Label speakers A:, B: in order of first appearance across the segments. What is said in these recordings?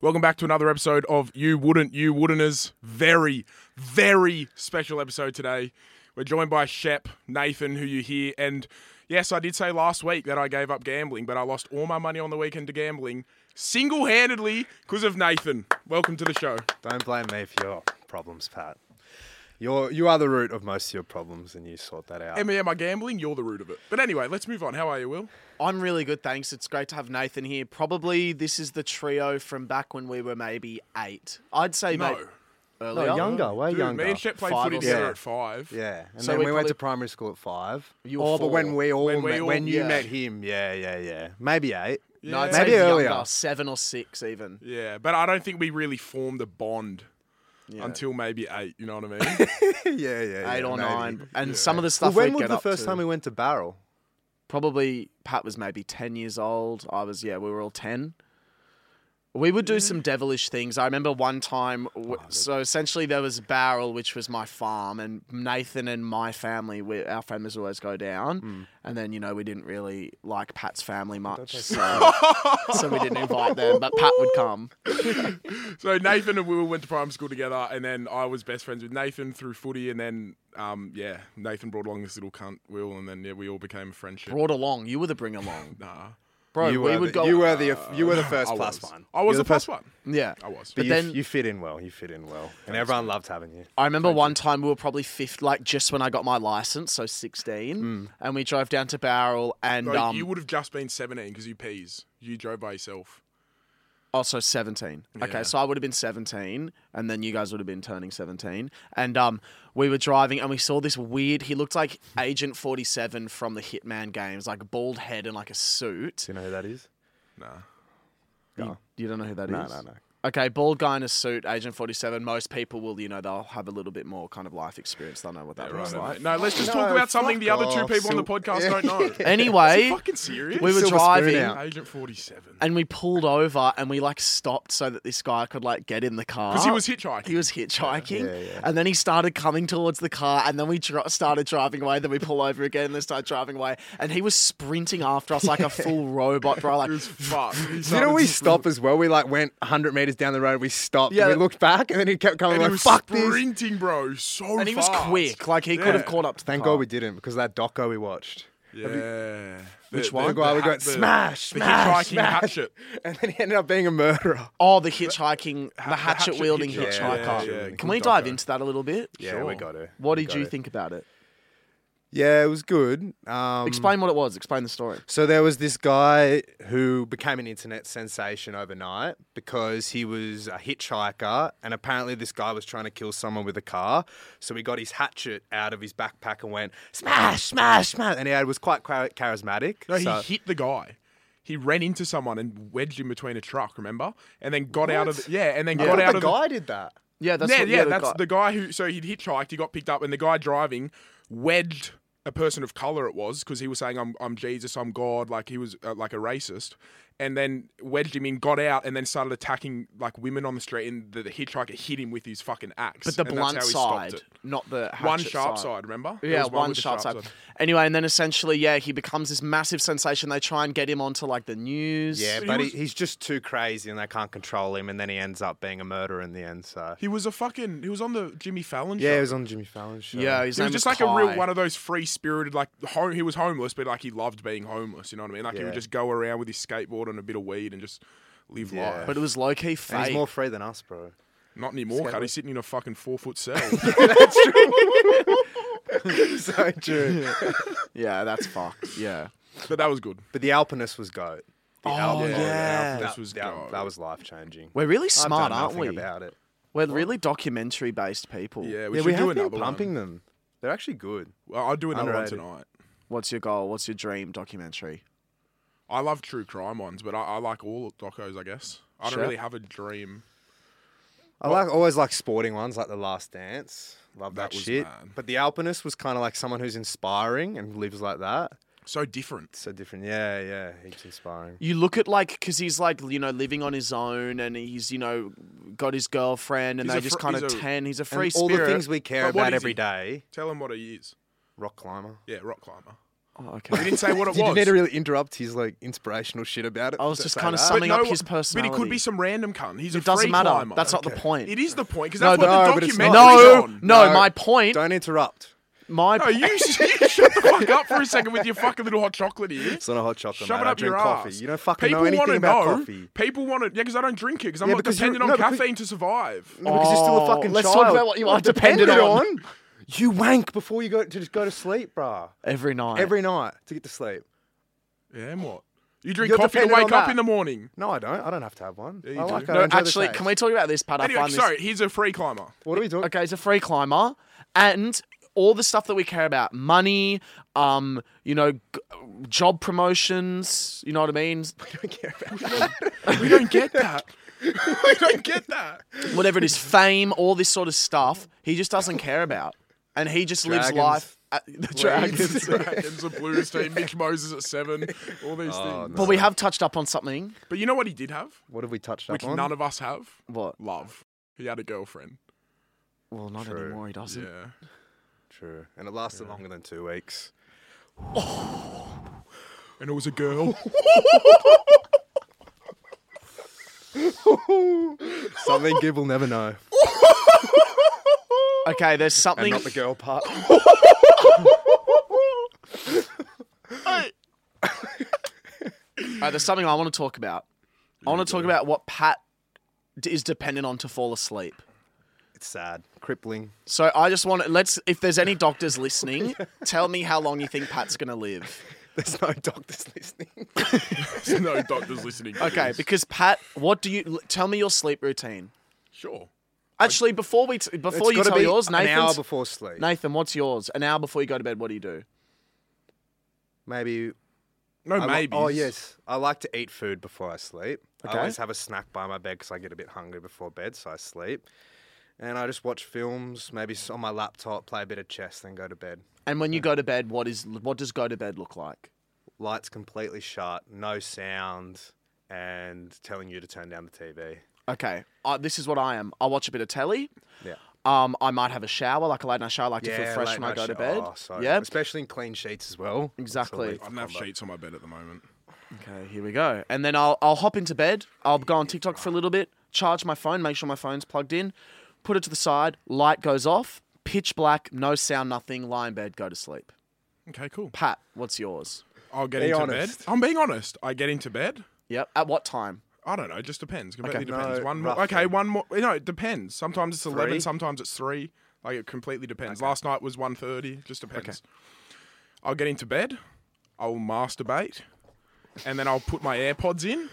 A: Welcome back to another episode of You Wouldn't, You Wouldn'ters. Very, very special episode today. We're joined by Shep, Nathan, who you hear. And yes, I did say last week that I gave up gambling, but I lost all my money on the weekend to gambling single handedly because of Nathan. Welcome to the show.
B: Don't blame me for your problems, Pat. You're you are the root of most of your problems, and you sort that out.
A: Am, am I gambling? You're the root of it. But anyway, let's move on. How are you, Will?
C: I'm really good, thanks. It's great to have Nathan here. Probably this is the trio from back when we were maybe eight. I'd say
A: No.
C: mate,
B: no,
C: earlier.
B: younger, way
A: Dude,
B: younger.
A: me and Shep played
C: Five
A: footy
C: or
A: together
B: six.
A: at five.
B: yeah, and
C: So
B: then
C: we
B: we, went
C: probably-
B: to primary school at five.
C: You were
B: oh, but when
C: four.
B: we all
A: When we
B: met,
A: all-
B: when you
C: yeah.
B: met him, yeah, yeah, yeah, maybe eight.
C: No, I'd
B: Maybe
C: say
B: earlier.
C: younger, seven or six even.
A: Yeah, but I don't think we really formed a bond
C: Yeah.
A: until maybe eight. You know what I mean?
B: yeah, yeah, yeah,
C: eight or
B: maybe.
C: nine. And some of the
B: Well,
C: stuff
B: when
C: we'd
B: was
C: get
B: the
C: up
B: first
C: to-
B: time we went to Barrel?
C: probably Pat was maybe 10 years old. I was, yeah, we were all 10. We would
B: Mm-hmm.
C: do some devilish things. I remember one time,
B: Oh,
C: w- so essentially there was Barrel, which was my farm, and Nathan and my family, we, our families always go down.
B: Hmm.
C: And then, you know, we didn't really like Pat's family much, so, so we didn't invite them, but Pat would come.
A: So Nathan and Will went to primary school together, and then I was best friends with Nathan through footy, and then um, yeah, Nathan brought along this little cunt Will, and then yeah, we all became a friendship.
C: Brought along, you were the bring along.
A: nah,
C: Bro,
B: you
C: we
B: were
C: would
B: the,
C: go.
B: You were the you were the first
A: I
B: plus
A: was.
B: one.
A: I was
B: You're
A: the plus
B: first-
A: one.
C: yeah.
A: I was.
B: But
C: But
B: you,
C: then-
B: you fit in well. You fit in well, and everyone loved having you.
C: I remember one time we were probably fifth, like just when I got my license, so 16, and we drove down to Barrel and
A: Like,
C: um,
A: you would have just been seventeen because you peas. You drove by yourself.
C: also 17.
A: Yeah.
C: Okay, so I would have been 17, and then you guys would have been turning 17. And um, we were driving and we saw this weird, he looked like Agent 47 from the Hitman games, like a bald head and like a suit.
B: Do you know who that is?
A: Nah.
C: You, you don't know who that is?
B: No, no, no.
C: Okay, bald guy in a suit, Agent 47. Most people will, you know, they'll have a little bit more kind of life experience. They'll know what that looks like.
A: No, let's just
B: No,
A: talk about something
B: fuck
A: the other two
B: off.
A: people on the
B: Sil-
A: podcast
B: Yeah.
A: don't know. Are you
C: Anyway,
A: fucking serious?
C: we were
B: Silver spoon
C: driving.
B: out.
A: Agent Forty Seven.
C: and we pulled over and we like stopped so that this guy could like get in the car
A: Because he was hitchhiking.
C: He was hitchhiking,
B: Yeah, yeah.
C: and then he started coming towards the car, and then we dro- started driving away. Then we pull over again, and then start driving away, and he was sprinting after us like a full robot, bro. Like,
A: It was fucked. He
B: You know,
A: started
B: we
A: to-
B: stop as well. We like went 100 meters down the road. We stopped.
C: Yeah.
B: and we looked back, and then he kept coming.
A: And he
B: like,
A: was
B: fuck this.
A: sprinting, bro. So
C: and he was
A: fast.
C: quick. Like he could
A: Yeah.
C: have caught up. To
B: Thank
C: the car.
B: God we didn't because that doco we watched.
A: Yeah.
C: Which one?
B: The guy we
A: ha-
B: got smash,
A: the hitchhiking
B: smash, smash.
A: hatchet.
B: And then he ended up being a murderer.
C: Oh, the hitchhiking, the, hatchet,
A: hatchet
C: wielding
A: hitchhiker.
C: hitchhiker.
A: Yeah, yeah, yeah.
C: Can we
A: Good
C: dive
A: doco.
C: into that a little bit?
B: Yeah, we got it.
C: What
B: We
C: did
B: got
C: you
B: it.
C: think about it?
B: Yeah, it was good. Um,
C: Explain what it was. Explain the story.
B: So there was this guy who became an internet sensation overnight because he was a hitchhiker, and apparently this guy was trying to kill someone with a car. So he got his hatchet out of his backpack and went smash, smash, smash, and he was quite char- charismatic.
A: No, he
B: so-
A: hit the guy. He ran into someone and wedged him between a truck. Remember, and then got out of the, yeah, and then
B: I
A: got
B: thought
A: out
B: the
A: of
B: guy did that.
C: Yeah,
A: The,
C: that's
A: yeah,
C: what,
A: yeah,
C: the
A: that's
C: guy-
A: the guy who. So he'd hitchhiked. He got picked up, and the guy driving wedged a person of color. It was because he was saying, "I'm, I'm Jesus, I'm God," like he was uh, like a racist, and then wedged him in, got out, and then started attacking like women on the street. And the, the hitchhiker hit him with his fucking axe.
C: but the
A: and
C: blunt
A: that's how he
C: side,
A: stopped
C: not the
A: it. One
C: hatchet
A: sharp
C: side.
A: side, remember? There
C: Yeah,
A: was
C: one,
A: with the
C: sharp, side. Anyway, and then essentially, yeah, he becomes this massive sensation. They try and get him onto like the news.
B: Yeah,
A: He
B: but
A: was-
B: he, he's just too crazy, and they can't control him, and then he ends up being a murderer in the end. So
A: He was a fucking. He was on the Jimmy Fallon.
B: yeah,
A: show.
B: he was on Jimmy Fallon's show.
C: yeah. His
A: He
C: name
A: was just like a real one of those free spirited, like home, he was homeless, but like he loved being homeless. You know what I mean? Like he
B: Yeah.
A: would just go around with his skateboard and a bit of weed and just live
B: Yeah.
A: life.
C: But it was low key
B: and
C: fake.
B: he's more free than us, bro.
A: Not anymore, cut. He's sitting in a fucking four foot cell.
B: so true.
C: Yeah, that's fucked. Yeah.
A: but that was good.
B: But the alpinist was goat. The
C: Oh,
B: alpinist-
C: yeah.
B: the
C: Yeah.
A: This was goat.
B: that was life changing.
C: We're really smart, aren't we?
B: About it.
C: We're really documentary based people.
A: Yeah, we
B: We yeah,
A: should
B: we
A: do
B: have
A: another
B: been
A: one.
B: pumping them. They're actually good.
A: Well, I'll do another
B: Underrated.
A: one tonight.
C: What's your goal? What's your dream documentary?
A: I love true crime ones, but I, I like all docos, I guess. I don't
C: Sure.
A: really have a dream.
B: I like always like sporting ones like The Last Dance. Love
A: That
B: that,
A: was
B: shit.
A: mad.
B: But the alpinist was kind of like someone who's inspiring and lives like that.
A: So different.
B: So different. Yeah, yeah. He's inspiring.
C: You look at like, because he's like, you know, living on his own and he's, you know, got his girlfriend and
A: He's a
C: they just
A: fr-
C: kind
A: he's
C: of
A: a-
C: tan. He's a free
B: And all
C: spirit.
B: the things we care
A: But what is
B: about
A: he?
B: every day.
A: Tell him what he is.
B: Rock climber.
A: Yeah, rock climber.
C: Oh,
A: We
C: okay.
A: didn't say what it
B: You
A: was.
B: didn't need to really interrupt his like inspirational shit about it.
C: I was
B: to
C: just
B: say
C: kind of
B: that.
A: But
C: summing
A: no,
C: up his
A: But
C: personality.
A: he could be some random cunt. He's a
C: it doesn't
A: free
C: matter.
A: climber.
C: That's not the
B: Okay.
C: point.
A: It is the point because
C: No,
A: that's
B: no,
A: what
B: but
A: the
B: it's
A: documentary
B: not.
C: no,
A: on.
C: no, my point.
B: Don't interrupt.
C: My
A: No, you, you shut the fuck up for a second with your fucking little hot chocolate here.
B: It's not a hot chocolate.
A: Shove
B: mate.
A: it
B: I
A: up
B: drink
A: your
B: coffee.
A: ass.
B: You don't fucking
A: People
B: know anything
A: wanna
B: about
A: know,
B: coffee.
A: People want to, yeah, because I don't drink it because I'm
B: Yeah,
A: not
B: because you're-
A: dependent on
B: no, because-
A: caffeine to survive.
B: No, because you're still a
C: Oh,
B: fucking
C: let's
B: child.
C: talk about what you are dependent on.
B: You wank before you go to just go to sleep, bruh.
C: every night.
B: Every night to get to sleep.
A: Yeah, and what? You drink
B: You're
A: coffee to
B: dependent
A: wake
B: on
A: up in
B: that.
A: the morning.
B: No, I don't. I don't have to have one.
A: Yeah, you
B: I like
A: do.
B: it. I
C: no,
B: enjoy the
C: actually,
B: taste.
C: can we talk about this part? I
A: Anyway,
C: find this-
A: sorry, he's a free climber.
B: What are we doing?
C: Okay, he's a free climber, and all the stuff that we care about, money, um, you know, g- job promotions. You know what I mean?
B: I don't care about
A: We don't get that. we don't get that.
C: Whatever it is, fame, all this sort of stuff. He just doesn't care about, and he just lives
B: Dragons.
C: life. At the dragons.
A: Dragons, the Blues team, Mitch Moses at seven, all these
B: Oh,
A: things.
C: But we have touched up on something.
A: But you know what he did have,
B: What have we touched
A: which
B: up on?
A: none of us have?
C: What?
A: Love. He had a girlfriend.
C: Well, not
B: True.
C: anymore. He doesn't.
A: Yeah.
B: True. And it lasted longer than two weeks.
A: And it was a girl.
B: Something Gib will never know.
C: Okay, there's something.
B: Not the girl part.
C: Uh, there's something I want to talk about. I want to talk about what Pat d- is dependent on to fall asleep.
B: It's sad. Crippling.
C: So I just want to let's if there's any doctors listening, tell me how long you think Pat's going to live.
B: There's no doctors listening.
A: There's no doctors listening. To
C: Okay,
A: this.
C: because Pat, what do you l- tell me your sleep routine?
A: sure.
C: Actually, before we t- before
B: It's
C: you
B: gotta
C: tell
B: be
C: yours,
B: an hour
C: Nathan.
B: before sleep.
C: Nathan, what's yours? An hour before you go to bed, what do you do?
B: Maybe
A: No,
B: I li-
A: maybe.
B: oh yes, I like to eat food before I sleep.
C: Okay.
B: I always have a snack by my bed because I get a bit hungry before bed, so I sleep. And I just watch films, maybe s- on my laptop, play a bit of chess, then go to bed.
C: And when you go to bed, what is what does go to bed look like?
B: Lights completely shut, no sound, and telling you to turn down the TV.
C: Okay, uh, this is what I am. I watch a bit of telly.
B: Yeah.
C: Um, I might have a shower, like a late night shower. I like to feel
B: Yeah,
C: fresh
B: late
C: when I
B: night
C: go to
B: sh-
C: bed.
B: oh, so-
C: yep.
B: Especially in clean sheets as well. It's
C: Exactly.
B: elite
A: I don't have
B: combo.
A: sheets on my bed at the moment.
C: Okay, here we go. And then I'll I'll hop into bed. I'll go on TikTok for a little bit, charge my phone, make sure my phone's plugged in, put it to the side, light goes off, pitch black, no sound, nothing, lie in bed, go to sleep.
A: Okay, cool.
C: Pat, what's yours?
A: I'll get
B: Be
A: into
B: honest.
A: bed. I'm being honest. I get into bed.
C: Yep. At what time?
A: I don't know. It just depends. Completely
B: No,
A: depends. One more.
B: roughly.
A: Okay, one more. You know, it depends. Sometimes it's
B: Three?
A: eleven. Sometimes it's three. Like it completely depends. Last night was one thirty. Just depends. I'll get into bed. I'll masturbate, and then I'll put my AirPods in.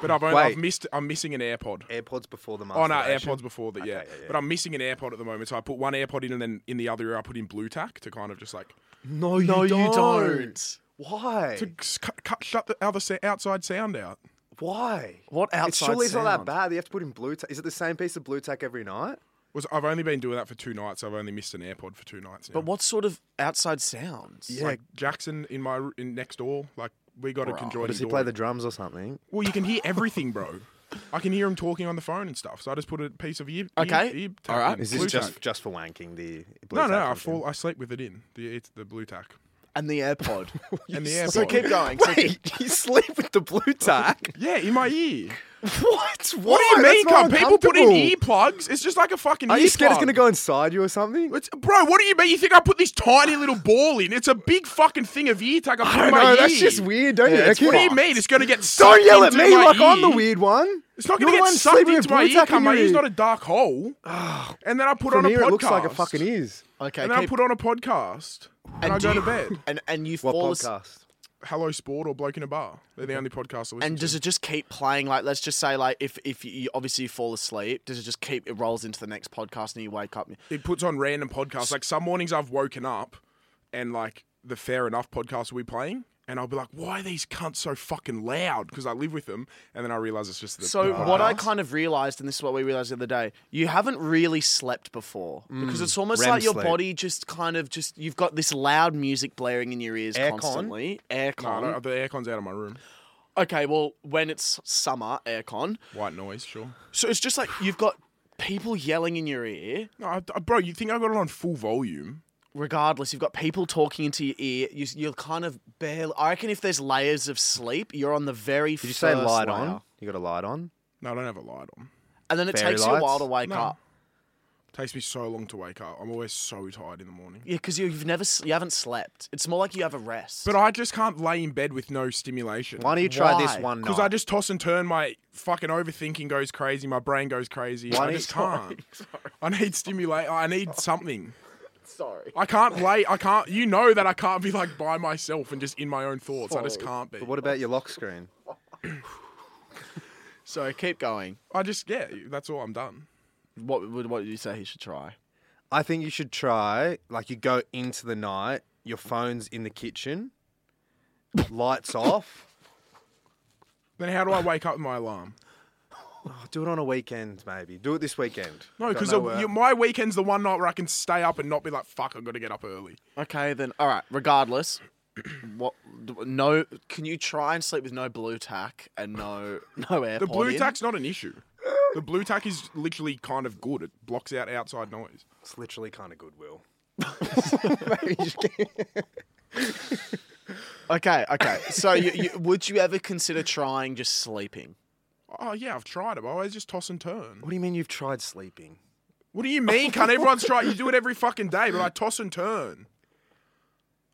A: But I've only
B: Wait.
A: I've missed. I'm missing an AirPod.
B: AirPods before the
A: Oh no,
B: masturbation.
A: AirPods before that. Yeah.
B: yeah, yeah.
A: but I'm missing an AirPod at the moment. So I put one AirPod in, and then in the other ear I put in Bluetooth to kind of just like
B: No, you
C: No, you
B: don't.
C: don't.
B: Why?
A: to s- cut, cut shut the other sa- outside sound out.
B: Why?
C: What
B: It's
C: outside
B: surely it's not that
C: sound?
B: bad. You have to put in blue tack. Is it the same piece of blue tack every night?
A: Was I've only been doing that for two nights. I've only missed an AirPod for two nights now.
C: But what sort of outside sounds?
B: Yeah.
A: like Jackson in my r- in next door. Like we got a conjoined
B: Does he
A: door.
B: play the drums or something?
A: well, you can hear everything, bro. I can hear him talking on the phone and stuff. So I just put a piece of ear.
C: Okay.
A: Ear, ear tack
C: Alright.
A: in,
B: Is this
A: blue
B: just
A: tack.
B: just for wanking the blue
A: No, no,
B: tack
A: I
B: on
A: fall. I sleep with it in the it's the blue tack
C: And the AirPod.
A: and the
B: You
A: AirPod.
C: so keep
B: him?
C: going. so keep-
B: Wait, you sleep with the blue tack?
A: Yeah, in my ear.
B: what?
A: What do you mean,
B: That's not
A: cunt? People put in E-,
B: uncomfortable.
A: earplugs. It's just like a fucking.
B: Are you scared it's
A: earplug.
B: gonna go inside you or something?
A: It's, bro, what do you mean? You think I put this tiny little ball in? It's a big fucking thing of ear tack. I put in my
B: No,
A: ear.
B: that's just weird, don't you?
C: it's
B: reckon?
A: What do you mean? It's gonna get.
B: Don't
A: sucked
B: yell at
A: into
B: me
A: my
B: like I'm the
A: ear.
B: weird one.
A: It's not
B: You're
A: going to
B: the
A: get
B: one
A: sucked
B: sleeping
A: into
B: with
A: my E,
B: blue
A: ear,
B: tack in
A: cunt. My
B: your
A: ear's
B: ear.
A: not a dark hole. And then I put
B: From
A: on a
B: here,
A: podcast.
B: Ah, it looks like it fucking is.
C: okay,
A: And then I
C: keep-
A: put on a podcast. And,
C: And
A: I
C: do
A: go to
C: you-
A: bed.
C: and and you
B: What
C: fall asleep.
B: podcast?
A: Hello Sport or Bloke in a Bar. They're the only podcasts I listen
C: And does
A: to.
C: it just keep playing? Like, let's just say, like, if if you obviously you fall asleep, does it just keep? It rolls into the next podcast, and you wake up. and you-
A: It puts on random podcasts. Like some mornings I've woken up and like the Fair Enough podcast will be playing. And I'll be like, why are these cunts so fucking loud? Because I live with them. And then I realize it's just the.
C: So what I kind of realized, and this is what we realized the other day, you haven't really slept before because it's almost
B: REM
C: like your
B: sleep.
C: body just kind of just you've got this loud music blaring in your ears
B: Aircon?
C: constantly.
A: No, I
C: Aircon.
A: don't- the aircon's out of my room.
C: okay, well when it's summer, aircon.
A: White noise, sure.
C: So it's just like you've got people yelling in your ear.
A: No, I, I- bro, you think I got it on full volume
C: regardless, you've got people talking into your ear. You, you're kind of barely. I reckon if there's layers of sleep, you're on the very.
B: Did you say
C: first
B: light
C: layer.
B: on? You got a light on?
A: No, I don't have a light on.
C: And then it
B: Fairy
C: takes you a while
B: lights?
C: to wake
A: No.
C: up.
A: Takes me so long to wake up. I'm always so tired in the morning.
C: Yeah, because you've never s- you haven't slept. It's more like you have a rest.
A: But I just can't lay in bed with no stimulation.
B: Why don't you try
C: Why?
B: this one night?
A: Because I just toss and turn. My fucking overthinking goes crazy. My brain goes crazy.
B: Why
A: I
B: do you-
A: just can't. I need stimulate. I need something.
C: sorry.
A: I can't lay. I can't. You know that I can't be like by myself and just in my own thoughts. I just
C: Sorry.
A: can't be.
B: But what about your lock screen?
C: So keep going.
A: I just yeah. That's all. I'm done.
C: What would what would you say he should try?
B: I think you should try, like, you go into the night, your phone's in the kitchen, lights off.
A: Then how do I wake up with my alarm?
B: Oh, do it on a weekend, maybe. Do it this weekend.
A: No,
B: Got
A: because
B: work.
A: my weekend's the one night where I can stay up and not be like, fuck, I've got to get up early.
C: Okay, then. All right. Regardless, what? No. Can you try and sleep with no blue tack and no no AirPod?
A: The blue
C: in?
A: tack's not an issue. The blue tack is literally kind of good. It blocks out outside noise.
B: It's literally kind of goodwill.
C: Okay. Okay. So you, you, would you ever consider trying just sleeping?
A: Oh yeah, I've tried it. But I always just toss and turn.
B: What do you mean you've tried sleeping?
A: What do you mean? Can't everyone's try? You do it every fucking day, but I toss and turn.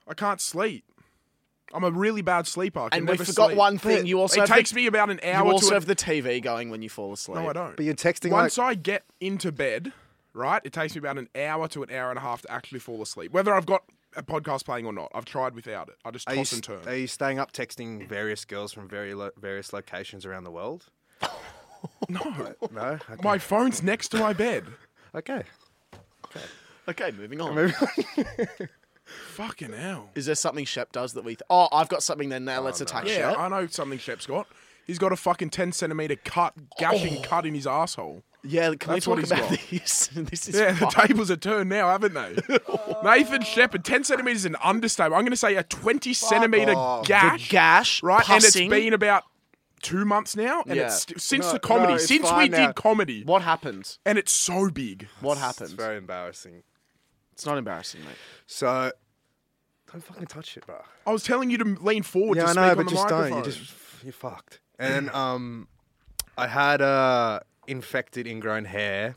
A: I can't sleep. I'm a really bad sleeper. I can
C: And we
A: never
C: forgot
A: sleep.
C: one thing. You also
A: It
C: have
A: takes
C: the,
A: me about an
C: you
A: hour
C: also
A: to.
C: have the TV going when you fall asleep.
A: no, I don't.
B: But you're texting
A: Once
B: like
A: I get into bed, right, it takes me about an hour to an hour and a half to actually fall asleep. Whether I've got a podcast playing or not, I've tried without it. I just
B: are you,
A: toss and turn.
B: are you staying up texting various girls from very lo- various locations around the world?
A: no,
B: No. Okay.
A: my phone's next to my bed.
B: okay.
C: Okay, moving on.
A: Fucking hell.
C: Is there something Shep does that we? Th- oh, I've got something. Then now let's attack
A: Yeah,
C: Shep.
A: I know something Shep's got. He's got a fucking 10 centimeter cut,
B: Oh.
A: gashing cut in his asshole.
C: yeah, can we
A: That's what
C: talk
A: he's
C: about
A: got.
C: these? this is
A: Yeah, the
C: fun.
A: tables are turned now, haven't they? Nathan Shepard, 10 centimeters is an understatement. I'm going to say a 20 centimeter
B: off. The
A: gash.
C: gash,
A: right?
C: pussing.
A: And it's been about two months now, and
C: Yeah.
A: it's st- since
B: No,
A: the comedy,
B: no, it's
A: since we
B: fine now.
A: did comedy,
C: What happened?
A: and it's so big.
C: What
B: It's
C: happened?
B: very embarrassing.
C: It's not embarrassing, mate.
B: So don't fucking touch it, bro.
A: I was telling you to lean forward
B: Yeah,
A: to
B: I
A: speak
B: know,
A: on
B: but
A: the
B: just
A: microphone.
B: don't. You just you're fucked. And um, I had uh infected ingrown hair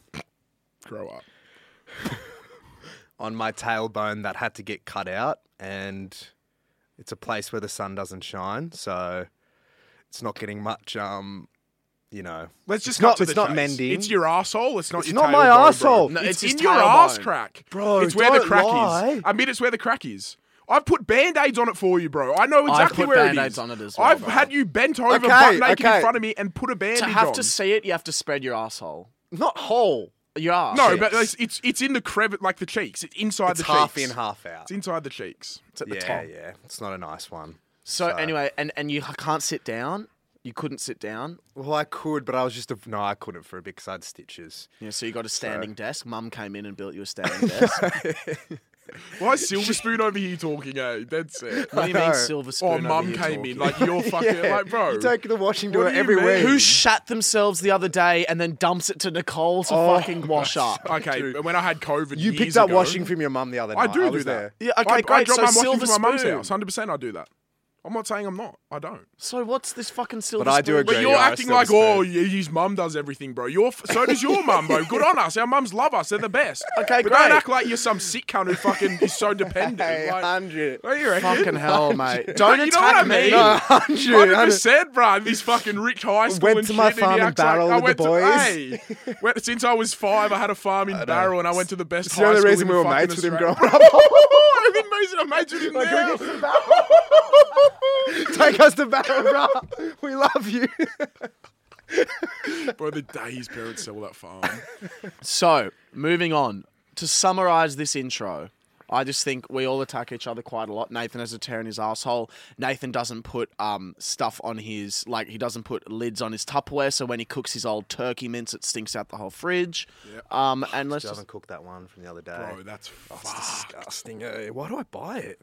A: grow up.
B: on my tailbone that had to get cut out, and it's a place where the sun doesn't shine, so it's not getting much. Um, you know,
A: Let's just
B: It's
A: cut
B: not-
A: to
B: it's
A: the
B: not
A: chase.
B: mending.
A: It's your asshole. It's not
B: It's
A: your
B: not my
A: tailbone, bro.
B: arsehole.
C: No,
A: it's
C: it's
A: in
C: his
A: your
C: tailbone.
A: ass crack,
B: Bro,
A: It's where the
B: don't
A: crack is.
B: lie.
A: I mean, it's where the crack is. I've put band-aids on it for you, bro. I know exactly
C: put
A: where it
C: Band-Aids
A: is.
C: on it as well,
A: I've
C: bro.
A: had you bent over
B: Okay,
A: butt naked in
B: okay.
A: front of me and put a bandage
C: To have
A: on.
C: to see it, you have to spread your asshole.
B: not whole.
C: Your ass.
A: no,
C: cheeks.
A: but it's, it's it's in the crevice, like the cheeks. It's inside
B: It's
A: the
B: half
A: cheeks.
B: in, half out.
A: It's inside the cheeks.
C: It's uh, at the
B: yeah,
C: top.
B: yeah. It's not a nice one.
C: So, anyway, and and you can't sit down. You couldn't sit down.
B: Well, I could, but I was just a, no, I couldn't for a bit because I had stitches.
C: Yeah, so you got a standing desk. Mum came in and built you a standing desk.
A: Why is Silver Spoon over here talking, eh? That's it.
C: what do you
B: I
C: mean,
B: know.
C: silver spoon?
A: Or
C: over
A: mum
C: here
A: came
C: talking?
A: in, like you're fucking like bro.
B: you take the washing
A: What
B: to
A: do
B: it
A: you
B: every
A: mean?
B: week.
C: Who shat themselves the other day and then dumps it to Nicole to fucking wash up?
A: okay, but when I had COVID,
B: You
A: years
B: picked up
A: ago-
B: washing from your mum the other night.
A: I do do
B: was
A: that.
B: there.
C: Yeah, okay,
A: I, I
C: great,
A: drop
C: so
A: my washing
C: Silver
A: to my mum's
C: Spoon.
A: house. Hundred percent, I do that. I'm not saying I'm not. I don't.
C: So what's this fucking silver?
B: But I do
C: spoon?
B: agree.
A: But
B: Yeah,
A: you're
B: you are a
A: acting
B: Silver
A: like,
B: Spoon.
A: oh, you- his mum does everything, bro. Your f- so does your mum, bro. Good on us. Our mums love us. They're the best.
C: Okay,
A: but
C: great.
A: don't act like you're some sick cunt who fucking is so dependent.
B: Hey,
A: like,
B: hundred.
A: what do you reckon?
C: Fucking hell, mate!
A: Like,
C: Don't
A: you know what
C: attack
A: I mean?
C: me.
A: No.
B: hundred.
A: Hundred percent, bro. This fucking rich high school
B: Went
A: and
B: to my
A: shit,
B: farm
A: he
B: in
A: acts like-
B: Barrow
A: I
B: with
A: went
B: the
A: to- hey, went- since I was five, I had a farm in Barrow, and I went to the best.
B: It's
A: high
B: the only
A: school
B: reason
A: in
B: we were
A: fucking
B: mates with him
A: Australia.
B: growing up.
A: I think most of the mates with him
B: Like, can we
A: now.
B: get some Take us to battle, bro. We love you.
A: Bro, the day his parents sell that farm.
C: So, moving on. To summarize this intro, I just think we all attack each other quite a lot. Nathan has a tear in his asshole. Nathan doesn't put um, stuff on his, like, he doesn't put lids on his Tupperware. So when he cooks his old turkey mince, it stinks out the whole fridge. Um, and let's just,
B: cooked that one from the other day.
A: Bro, eh? that's fuck.
B: disgusting. Why do I buy it?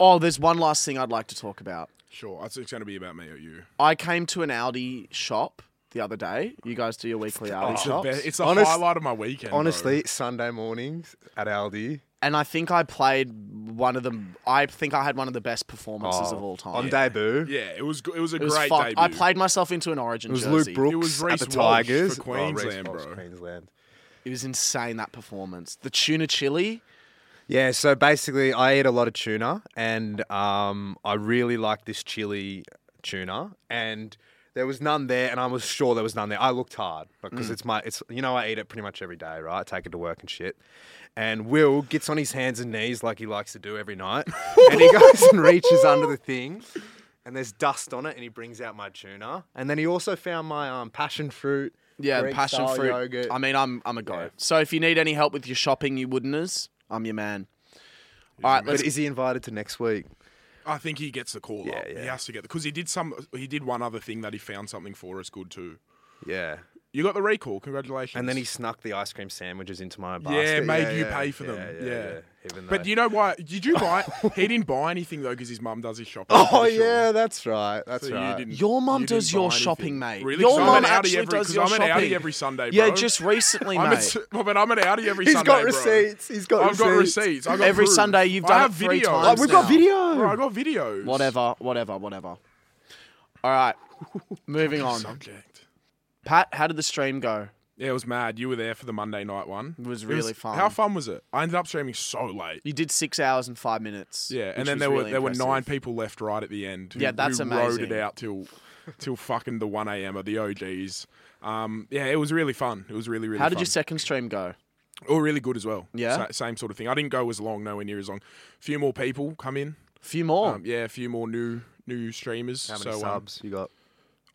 C: oh, there's one last thing I'd like to talk about.
A: Sure, it's going to be about me or you.
C: I came to an Aldi shop the other day. You guys do your weekly Aldi
A: It's the,
C: shops.
A: be- it's the
B: Honest-
A: highlight of my weekend. bro.
B: Honestly, Sunday mornings at Aldi,
C: and I think I played one of the. I think I had one of the best performances of all time.
B: Oh, On debut,
A: Yeah, it was go- it was a
C: it was
A: great
C: fuck-
A: debut.
C: I played myself into an Origin
B: it was
C: jersey.
B: Luke Brooks
A: It was
B: at
A: Reece
B: the
A: Walsh
B: Tigers.
A: for
B: Oh, Reece
A: Queensland,
B: Walsh,
A: bro.
B: Queensland.
C: It was insane that performance. The tuna chili.
B: Yeah, so basically, I eat a lot of tuna, and um, I really like this chili tuna, and there was none there, and I was sure there was none there. I looked hard
C: Mm.
B: because it's my, it's you know, I eat it pretty much every day, right? I take it to work and shit. And Will gets on his hands and knees like he likes to do every night, and he goes and reaches under the thing, and there's dust on it, and he brings out my tuna, and then he also found my um, passion fruit.
C: Yeah,
B: Greek
C: passion
B: style
C: fruit.
B: yogurt.
C: I mean, I'm I'm a goat. So if you need any help with your shopping, you wouldn't I'm your man. All right,
B: But
C: let's.
B: is he invited to next week?
A: I think he gets the call up.
B: yeah.
A: He has to get because he did some. He did one other thing that he found something for us good too.
B: Yeah.
A: You got the recall. Congratulations.
B: And then he snuck the ice cream sandwiches into my basket.
A: yeah made you pay for them. Yeah.
B: Even though.
A: But you know why? Did you buy? he didn't buy anything though because his mum does his shopping. I'm
B: oh
A: pretty sure.
B: yeah, that's right. That's
A: So you
B: right.
A: didn't-
C: Your mum
A: you
C: does
A: didn't
C: your
A: buy anything.
C: shopping, mate.
A: Really?
C: Your
A: 'Cause I'm
C: mum
A: an Audi
C: actually
A: every-
C: does
A: 'cause
C: your
A: I'm an
C: shopping.
A: Audi every Sunday,
C: Yeah,
A: bro.
C: just recently,
A: I'm
C: mate.
A: a, well, but I'm an Audi every
B: He's
A: Sunday.
B: got
A: bro.
B: receipts. He's got
A: I've
B: receipts.
A: got receipts. I've got
C: Every
A: proof.
C: Sunday you've
A: I
C: done
A: have
C: it three
A: videos.
C: times
B: Oh, we've got
C: now.
B: video.
A: Bro, I got videos.
C: Hmm. whatever, whatever, whatever. All right, moving on.
A: Subject.
C: Pat, how did the stream go?
A: Yeah, it was mad. You were there for the Monday night one.
C: It was really fun.
A: How fun was it? I ended up streaming so late.
C: You did six hours and five minutes.
A: Yeah,
C: which
A: and then
C: was
A: there were
C: really
A: there
C: impressive.
A: were nine people left right at the end. Who,
C: Yeah, that's
A: who Rode
C: amazing.
A: it out till till fucking the one a.m. of the OGs. Um, yeah, it was really fun. It was really really.
C: How did
A: fun.
C: your second stream go?
A: Oh, really good as well.
C: Yeah?
A: Sa- same sort of thing. I didn't go as long, nowhere near as long. A few more people come in.
C: A few more.
A: Um, yeah, a few more new new streamers.
B: How many
A: so, um,
B: subs you got?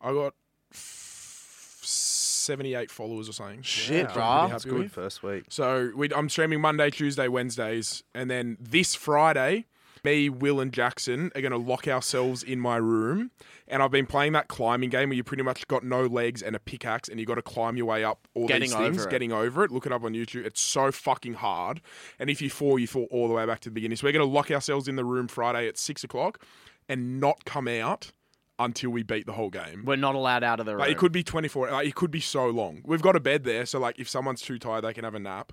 A: I got f- seventy-eight followers or something.
C: Shit,
A: Yeah,
C: bro.
A: I'm pretty
C: That's
A: happy
B: Good
A: with.
B: first week.
A: So we, I'm streaming Monday, Tuesday, Wednesdays, and then this Friday, me, Will, and Jackson are going to lock ourselves in my room. And I've been playing that climbing game where you pretty much got no legs and a pickaxe, and you got to climb your way up all
C: Getting
A: these things,
C: over it.
A: getting over it. Look it up on YouTube. It's so fucking hard. And if you fall, you fall all the way back to the beginning. So we're going to lock ourselves in the room Friday at six o'clock, and not come out until we beat the whole game.
C: We're not allowed out of the room.
A: Like, it could be 24 like it could be so long. We've got a bed there so like if someone's too tired they can have a nap.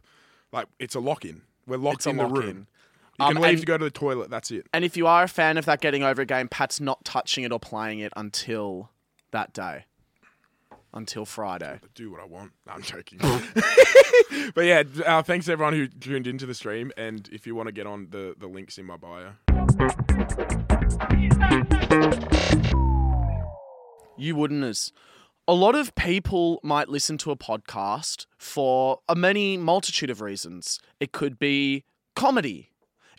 A: Like it's a lock in. We're locked
C: It's a
A: in the
C: lock-in.
A: room. You
C: Um,
A: can leave
C: and-
A: to go to the toilet, that's it.
C: And if you are a fan of that getting over game, Pat's not touching it or playing it until that day, until Friday.
A: Do what I want. No, I'm joking. but yeah, uh, thanks to everyone who tuned into the stream and if you want to get on the the links in my bio.
C: You wouldn't as. A lot of people might listen to a podcast for a many multitude of reasons. It could be comedy.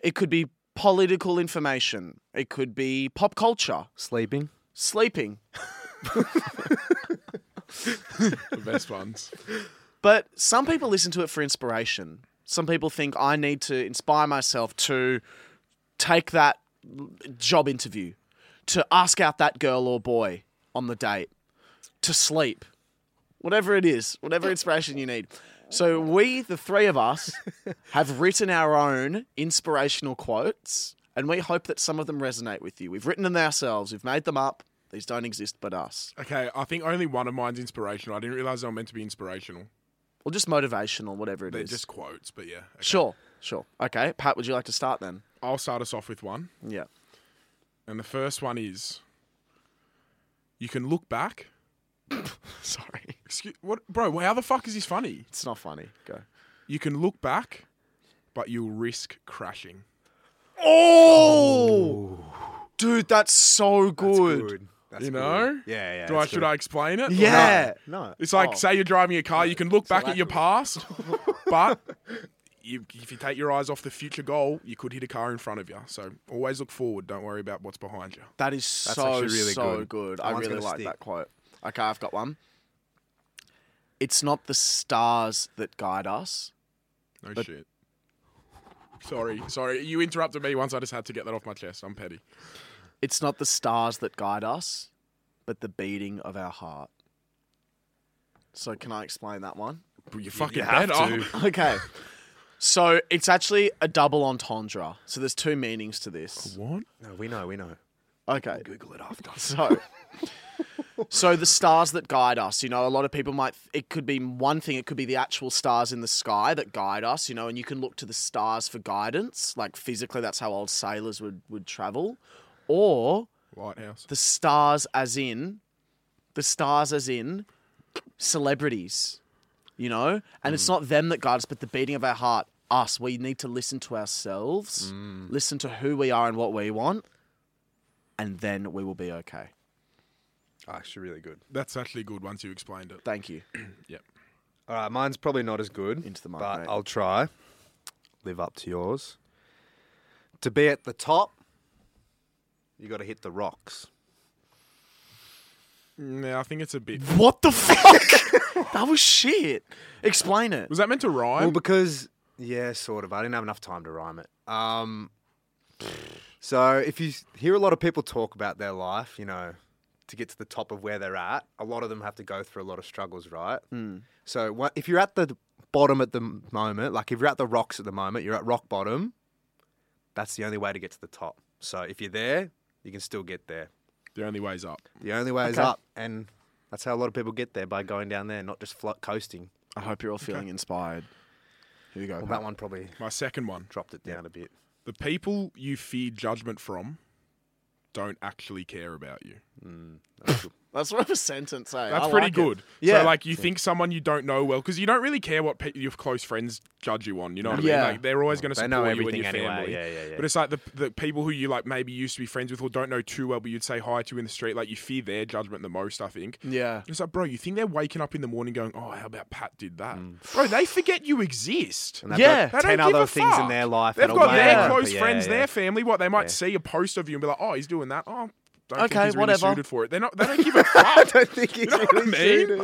C: It could be political information. It could be pop culture.
B: Sleeping.
C: Sleeping.
A: The best ones.
C: But some people listen to it for inspiration. Some people think I need to inspire myself to take that job interview, to ask out that girl or boy on the date, to sleep, whatever it is, whatever inspiration you need. So, we, the three of us, have written our own inspirational quotes, and we hope that some of them resonate with you. We've written them ourselves, we've made them up. These don't exist but us.
A: Okay, I think only one of mine's inspirational. I didn't realize they were meant to be inspirational.
C: Or just motivational, whatever it
A: They're
C: is.
A: just quotes, but yeah. Okay.
C: Sure, sure. Okay, Pat, would you like to start then?
A: I'll start us off with one.
C: Yeah.
A: And the first one is you can look back.
C: Sorry.
A: Excuse what bro, how the fuck is this funny?
C: It's not funny. Go.
A: You can look back, but you'll risk crashing.
C: Oh! Dude, that's so good.
B: That's
A: you know?
B: good. Yeah, yeah.
A: Do I,
B: that's
A: should
B: good.
A: I explain it?
C: Yeah.
B: No.
A: It's like,
C: Oh.
A: say you're driving a car, you can look back at your past, but you, if you take your eyes off the future goal, you could hit a car in front of you. So always look forward. Don't worry about what's behind you.
C: That is so,
B: actually really
C: so good.
B: good. That
C: I
B: one's
C: really
B: gonna
C: like
B: stick.
C: that quote. Okay, I've got one. It's not the stars that guide us.
A: No shit. Sorry, sorry. You interrupted me once. I just had to get that off my chest. I'm petty.
C: It's not the stars that guide us, but the beating of our heart. So, can I explain that one?
A: But you fucking
B: have
A: better.
B: to.
C: Okay. so, it's actually a double entendre. So, there's two meanings to this.
A: What?
B: No, we know. We know.
C: Okay.
B: Google it after.
C: So So the stars that guide us, you know, a lot of people might. It could be one thing. It could be the actual stars in the sky that guide us, you know, and you can look to the stars for guidance. Like physically, that's how old sailors would would travel, or
A: Lighthouse.
C: the stars as in the stars as in celebrities you know and it's not them that guides but the beating of our heart us we need to listen to ourselves listen to who we are and what we want and then we will be okay
B: Actually, really good.
A: That's actually good once you explained it.
C: thank you
B: All right, mine's probably not as good.
C: Into the mic,
B: but
C: mate.
B: I'll try. Live up to yours. To be at the top, you got to hit the rocks.
A: No, I think it's a bit.
C: what the fuck that was shit explain it
A: Was that meant to
B: Well,
A: rhyme?
B: because yeah, sort of. I didn't have enough time to rhyme it. Um, so if you s- hear a lot of people talk about their life, you know, to get to the top of where they're at, a lot of them have to go through a lot of struggles, right? So wha- if you're at the bottom at the m- moment, like if you're at the rocks at the moment, you're at rock bottom. That's the only way to get to the top. So if you're there, you can still get there.
A: The only way's up.
B: The only way is
C: Okay.
B: up, and that's how a lot of people get there by going down there, not just float coasting.
C: i hope you're all feeling inspired here we go
B: Well,
C: Pat.
B: that one probably
A: My second one.
B: dropped it down a bit.
A: The people you fear judgment from don't actually care about you.
C: that's sort of a sentence eh? I
A: That's pretty
C: like it.
A: good.
B: Yeah.
A: So like you think someone you don't know well because you don't really care what pe- your close friends judge you on. You know what I
C: Yeah.
A: mean? Like they're always going to
B: They
A: support
B: know
A: you and
B: everything
A: your
B: anyway.
A: family.
B: Yeah, yeah, yeah.
A: But it's like the the people who you like maybe used to be friends with or don't know too well, but you'd say hi to in the street. Like you fear their judgment the most. I think.
C: yeah
A: It's like, bro, you think they're waking up in the morning going, "Oh, how about Pat did that?"
B: Mm.
A: Bro, they forget you exist.
B: And they've
C: Yeah.
B: got
A: They
B: ten
A: don't give
B: other
A: a
B: things in
A: fuck.
B: their life.
A: They've
B: that'll
A: got
B: weigh
A: their
B: up,
A: close
B: yeah,
A: friends,
B: yeah.
A: their family. What they might
B: Yeah.
A: see a post of you and be like, "Oh, he's doing that." Oh, don't
C: Okay,
A: think he's
C: whatever.
A: really suited for it. They're not. They don't give a fuck.
B: I think it's
A: You know what I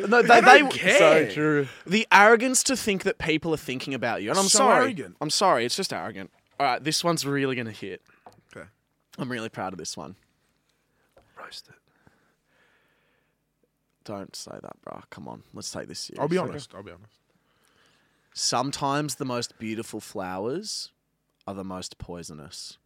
A: mean?
C: No,
A: They
C: they- they-
A: don't care.
B: So true.
C: The arrogance to think that people are thinking about you. And I'm
A: So
C: sorry.
A: arrogant.
C: I'm sorry. It's just arrogant. All right, this one's really going to hit.
A: Okay.
C: I'm really proud of this one.
B: Roasted.
C: Don't say that, bro. Come on. Let's take this serious.
A: I'll be honest. I'll be honest.
C: Sometimes the most beautiful flowers are the most poisonous.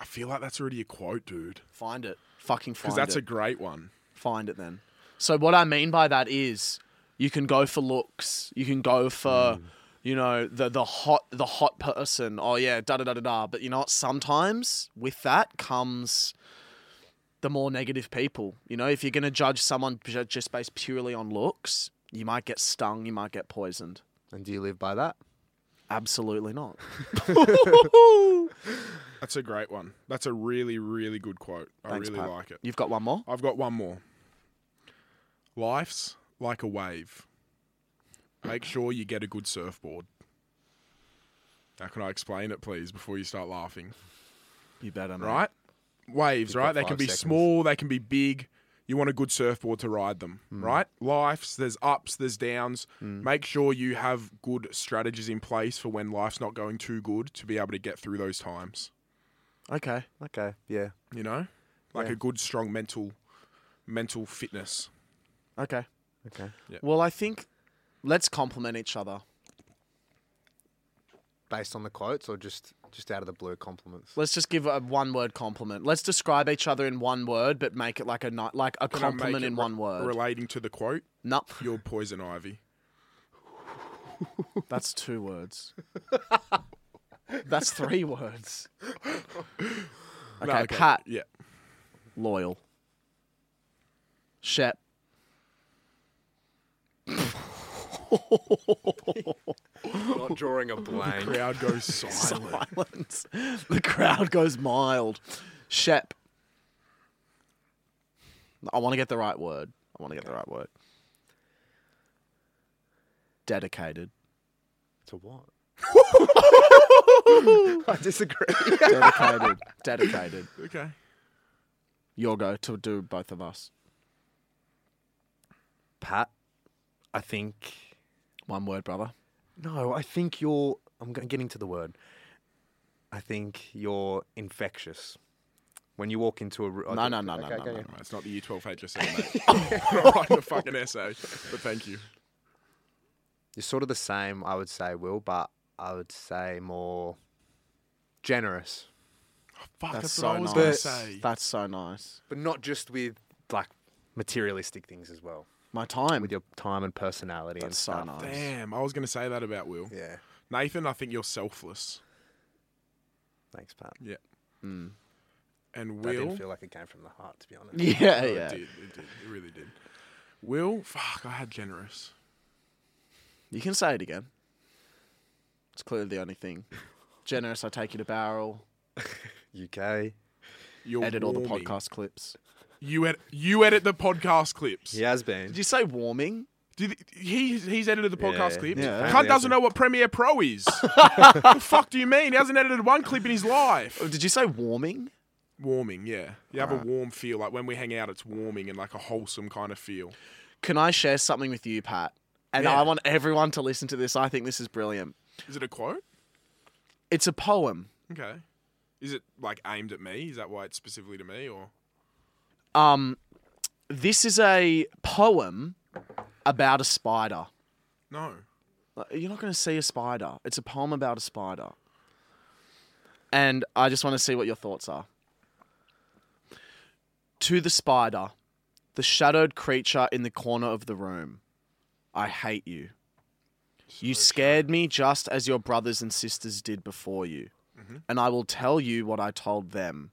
A: I feel like that's already a quote, dude.
C: Find it. Fucking find
A: Because that's
C: it.
A: a great one.
C: find it then. So what I mean by that is you can go for looks, you can go for you know the the hot the hot person. Oh yeah, da da da da da. But you know what? Sometimes with that comes the more negative people. You know, if you're gonna judge someone ju- just based purely on looks, you might get stung, you might get poisoned.
B: And do you live by that?
C: Absolutely not.
A: That's a great one. That's a really, really good quote. I
C: Thanks,
A: really
C: Pat.
A: like it.
C: You've got one more.
A: I've got one more. Life's like a wave. Make sure you get a good surfboard. How can I explain it, please, before you start laughing?
C: You better, mate.
A: Right? Waves,
B: You've
A: right?
B: got
A: They can
B: five
A: be
B: seconds.
A: small, they can be big. You want a good surfboard to ride them,
C: Hmm.
A: right? Life's, there's ups, there's downs. Make sure you have good strategies in place for when life's not going too good to be able to get through those times,
C: Okay.
B: Okay. Yeah.
A: you know? Like
B: Yeah.
A: a good, strong mental mental fitness.
C: Okay.
B: Okay.
C: Well, I think let's compliment each other.
B: Based on the quotes or just just out of the blue compliments?
C: Let's just give a one word compliment. Let's describe each other in one word, but make it like a ni- like a
A: Can I make
C: compliment
A: it
C: in
A: re-
C: one word.
A: Relating to the quote,
C: no,
A: you're poison ivy.
C: that's two words. that's three words. Okay,
A: No,
C: Pat,
A: Yeah.
C: loyal. Shep.
B: Not drawing a blank.
A: Crowd goes silent.
C: Silence. The crowd goes mild. Shep. I want to get the right word. I want to get the right word. Dedicated.
B: to what? I disagree.
C: dedicated, dedicated.
A: okay.
C: Your go to do both of us.
B: Pat, I think
C: One word, brother.
B: no. I think you're. I'm g- getting to the word. I think you're infectious. When you walk into a room.
C: No, no, no, no, no, no.
A: No, it's not the year 12 HSC, mate. I'm not writing a fucking essay, but thank you.
B: You're sort of the same, I would say, Will, but I would say more generous.
A: Fuck,
C: That's,
A: that's,
C: so
A: what I was
C: nice.
A: going to say.
C: That's so nice.
B: But not just with like materialistic things as well
C: My time.
B: with your time and personality and
C: That's so
B: stuff.
C: nice.
A: Damn, I was going to say that about Will.
B: Yeah.
A: Nathan, I think you're selfless.
B: Thanks, Pat.
A: Yeah.
C: Mm.
A: And
B: That
A: Will.
B: didn't feel like it came from the heart, to be honest.
C: Yeah,
A: Oh,
C: yeah.
A: It did. It did. It really did. Will, fuck, I had generous.
C: You can say it again. It's clearly the only thing. Generous, I take you to barrel.
B: UK.
A: You're
C: edit all the
A: warming.
C: podcast clips.
A: You edit. You edit the podcast clips.
B: He has been.
C: Did you say warming?
A: Did, he, he's edited the podcast
B: Yeah.
A: clips.
C: Yeah.
A: Cunt doesn't know what Premiere Pro is. the fuck do you mean? He hasn't edited one clip in his life.
C: Oh, Did you say warming?
A: Warming, yeah. You have a warm feel. Like when we hang out, it's warming and like a wholesome kind of feel.
C: Can I share something with you, Pat? And
A: Yeah.
C: I want everyone to listen to this. I think this is brilliant.
A: Is it a quote?
C: It's a poem.
A: Okay. Is it like aimed at me? Is that why it's specifically to me or?
C: Um, this is a poem about a spider.
A: No.
C: Like, You're not going to see a spider. It's a poem about a spider. And I just want to see what your thoughts are. To the spider, the shadowed creature in the corner of the room, I hate you. You scared me just as your brothers and sisters did before you. And I will tell you what I told them.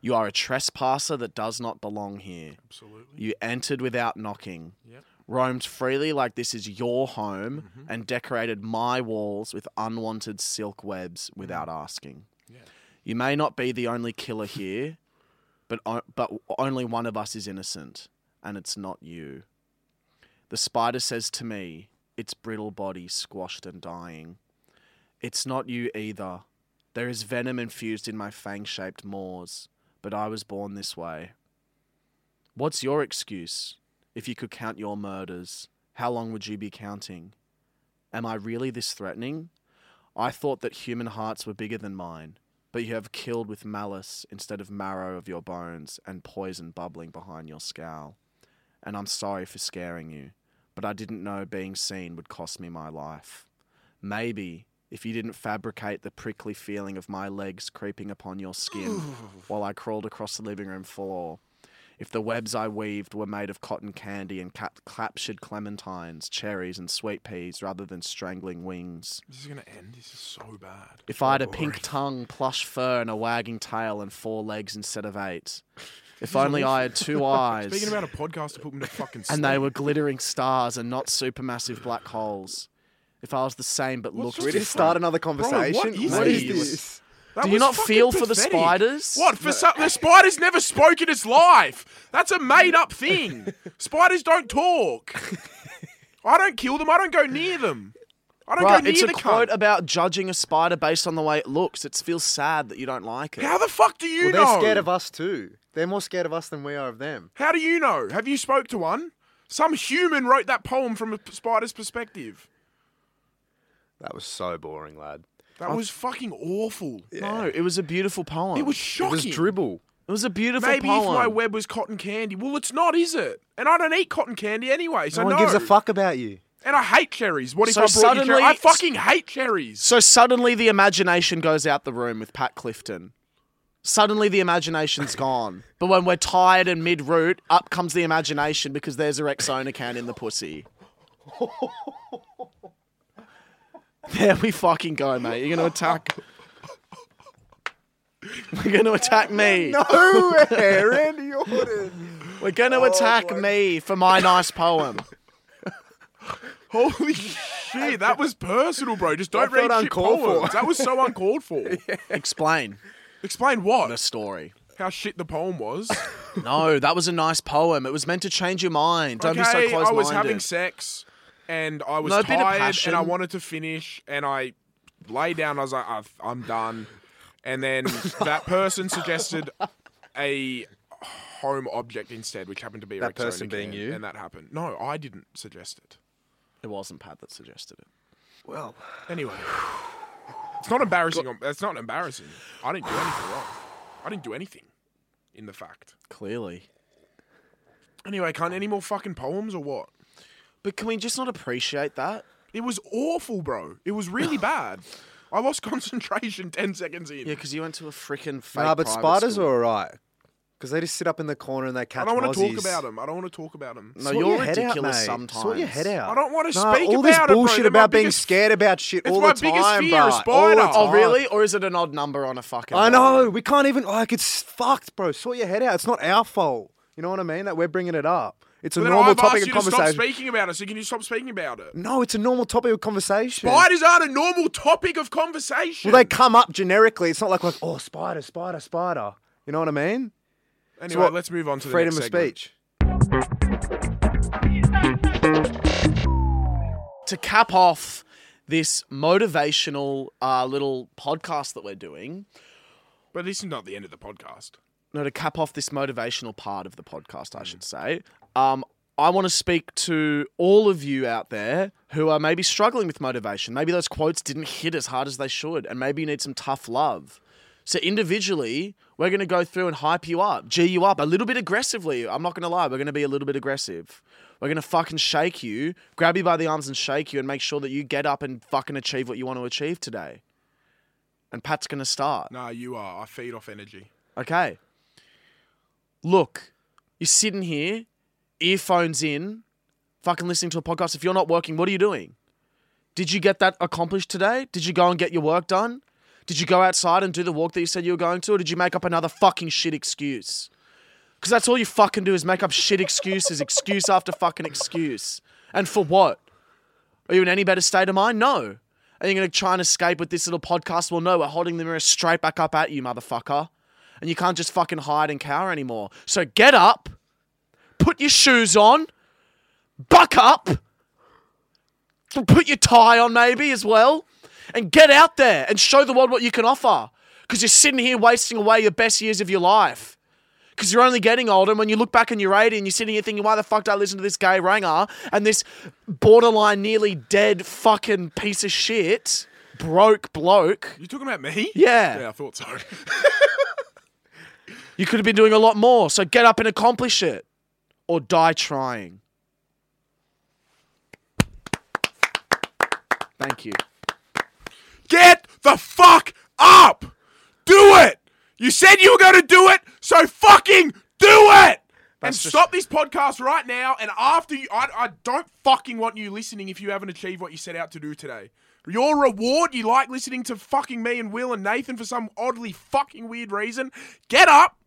C: You are a trespasser that does not belong here.
A: Absolutely.
C: You entered without knocking,
A: Yep.
C: roamed freely like this is your home, and decorated my walls with unwanted silk webs without asking.
A: Yeah.
C: You may not be the only killer here, but, o- but only one of us is innocent, and it's not you. The spider says to me, its brittle body squashed and dying, It's not you either. There is venom infused in my fang shaped maws, but I was born this way. What's your excuse? If you could count your murders, how long would you be counting? Am I really this threatening? I thought that human hearts were bigger than mine, but you have killed with malice instead of marrow of your bones and poison bubbling behind your scowl. And I'm sorry for scaring you, but I didn't know being seen would cost me my life. Maybe if you didn't fabricate the prickly feeling of my legs creeping upon your skin while I crawled across the living room floor, if the webs I weaved were made of cotton candy and cap- captured clementines, cherries, and sweet peas rather than strangling wings,
A: This is gonna end. This is so bad.
C: if I had a pink tongue, plush fur, and a wagging tail, and four legs instead of eight, if only I had two eyes,
A: Speaking about a podcast to put me to fucking sleep.
C: and they were glittering stars and not supermassive black holes, if I was the same but
A: What's
C: looked
A: wrong
B: we
A: with
C: different.
B: just start another conversation?
A: is
B: what is
C: this?
B: this?
A: That
C: Do you
A: was
C: not
A: fucking
C: feel for the
A: pathetic.
C: spiders?
A: What? For some, the spider's never spoke in its life. That's a made up thing. spiders don't talk. I don't kill them. I don't go near them. I don't
C: Right,
A: go near
C: it's a
A: the
C: quote
A: cunt.
C: about judging a spider based on the way it looks. It feels sad that you don't like it.
A: How the fuck do you
B: Well, they're
A: know?
B: scared of us too. They're more scared of us than we are of them.
A: How do you know? Have you spoke to one? Some human wrote that poem from a p- spider's perspective.
B: That was so boring, lad.
A: That was fucking awful.
C: No, it was a beautiful poem.
A: It was
B: It was
A: shocking.
B: dribble.
C: It was a beautiful
A: Maybe
C: poem.
A: if my web was cotton candy. Well, it's not, is it? And I don't eat cotton candy anyway, so
B: No
A: no.
B: one gives a fuck about you.
A: And I hate cherries. What if
C: So
A: I brought you
C: suddenly-
A: cherries? I fucking hate cherries.
C: So suddenly the imagination goes out the room with Pat Clifton. Suddenly the imagination's gone. But when we're tired and mid route, up comes the imagination because there's a Rexona can in the pussy. There we fucking go, mate. You're gonna attack. We're gonna attack me.
B: Oh, Randy Orton.
C: We're
A: Oh,
C: gonna attack me for my nice poem.
A: Holy shit, that was personal, bro. Just don't
B: I felt
A: read shit
B: uncalled for.
A: poems. That was so uncalled for.
C: Explain
A: Explain
C: the
A: what?
C: story.
A: How shit the poem was.
C: No, that was a nice poem. It was meant to change your mind. Don't
A: okay,
C: be so close minded.
A: I was having sex, and I was
C: No bit of
A: tired,
C: passion.
A: and I wanted to finish, and I lay down. I was like, I've, I'm done. And then that person suggested a home object instead, which happened to be a
B: That
A: Rexona
B: person being
A: can,
B: you?
A: and that happened. No, I didn't suggest it.
C: It wasn't Pat that suggested it.
B: Well,
A: Anyway, it's not embarrassing. It's not embarrassing. I didn't do anything wrong. I didn't do anything. In the fact.
C: Clearly.
A: Anyway, can't any more fucking poems or what?
C: But can we just not appreciate that?
A: It was awful, bro. It was really bad. I lost concentration 10 seconds in.
C: Yeah, because you went to a freaking fake.
B: nah, but
C: private
B: spiders
C: school.
B: are alright. Because they just sit up in the corner and they catch.
A: I don't
B: want to
A: talk about him. I don't want to talk about him.
C: No, you're ridiculous sometimes.
B: Sort your head out.
A: I don't wanna
B: Nah,
A: speak
B: all this
A: about it, bro.
B: bullshit
A: They're my
B: about being
A: biggest-
B: scared about shit all
A: my
B: the
A: biggest
B: time,
A: fear,
B: bro.
A: a
B: All the
A: spider.
C: Oh,
B: time.
C: really? Or is it an odd number on a fucking?
B: I
C: line?
B: know. We can't even like. It's fucked, bro. Sort your head out. It's not our fault. You know what I mean? That we're bringing it up. It's a
A: But then
B: normal
A: I've asked
B: topic of
A: you to stop
B: conversation.
A: speaking about it. So can you stop speaking about it?
B: no, it's a normal topic of conversation.
A: Spiders aren't a normal topic of conversation.
B: Well, they come up generically. It's not like like oh spider, spider, spider. You know what I mean?
A: anyway,
B: what-
A: let's move on to the
B: Freedom
A: next
B: of
A: segment.
B: speech.
C: to cap off this motivational uh, little podcast that we're doing.
A: But this is not the end of the podcast.
C: No, to cap off this motivational part of the podcast, I should say. Um, I want to speak to all of you out there who are maybe struggling with motivation. Maybe those quotes didn't hit as hard as they should, and maybe you need some tough love. So individually, we're going to go through and hype you up, g you up a little bit aggressively. I'm not going to lie, we're going to be a little bit aggressive. We're going to fucking shake you, grab you by the arms and shake you, and make sure that you get up and fucking achieve what you want to achieve today. And Pat's going to start.
A: Nah, you are. I feed off energy.
C: Okay. Look, you're sitting here, earphones in, fucking listening to a podcast. If you're not working, what are you doing? Did you get that accomplished today? Did you go and get your work done? Did you go outside and do the walk that you said you were going to? Or did you make up another fucking shit excuse? Because that's all you fucking do is make up shit excuses, excuse after fucking excuse. And for what? Are you in any better state of mind? No. Are you going to try and escape with this little podcast? Well, no, we're holding the mirror straight back up at you, motherfucker. And you can't just fucking hide and cower anymore. So get up, put your shoes on, buck up, put your tie on maybe as well, and get out there and show the world what you can offer. Because you're sitting here wasting away your best years of your life because you're only getting older. And when you look back and you're 80 and you're sitting here thinking, why the fuck did I listen to this gay ranger and this borderline nearly dead fucking piece of shit, broke bloke?
A: You talking about me?
C: Yeah.
A: Yeah, I thought so.
C: You could have been doing a lot more. So get up and accomplish it or die trying. Thank you.
A: Get the fuck up! Do it! You said you were going to do it, so fucking do it! and
B: just-
A: stop this podcast right now. And after you, I, I don't fucking want you listening if you haven't achieved what you set out to do today. Your reward, you like listening to fucking me and Will and Nathan for some oddly fucking weird reason. Get up,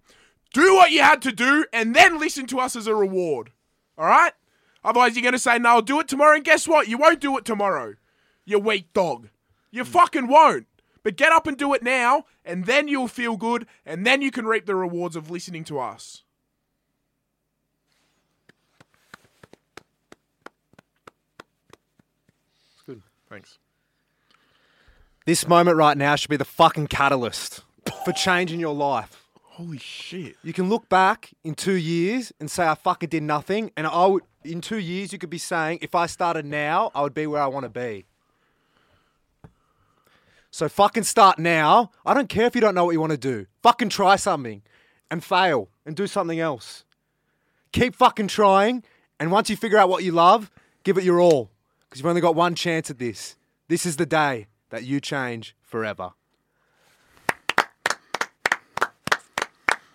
A: do what you had to do, and then listen to us as a reward. All right? Otherwise, you're going to say, no, I'll do it tomorrow. And guess what? You won't do it tomorrow. You weak dog. You fucking won't. But get up and do it now, and then you'll feel good, and then you can reap the rewards of listening to us.
B: good.
A: Thanks.
B: This moment right now should be the fucking catalyst for changing your life.
A: Holy shit.
B: You can look back in two years and say I fucking did nothing, and I would. In two years, you could be saying if I started now, I would be where I want to be. So fucking start now. I don't care if you don't know what you want to do. Fucking try something, and fail, and do something else. Keep fucking trying, and once you figure out what you love, give it your all, because you've only got one chance at this. This is the day that you change forever.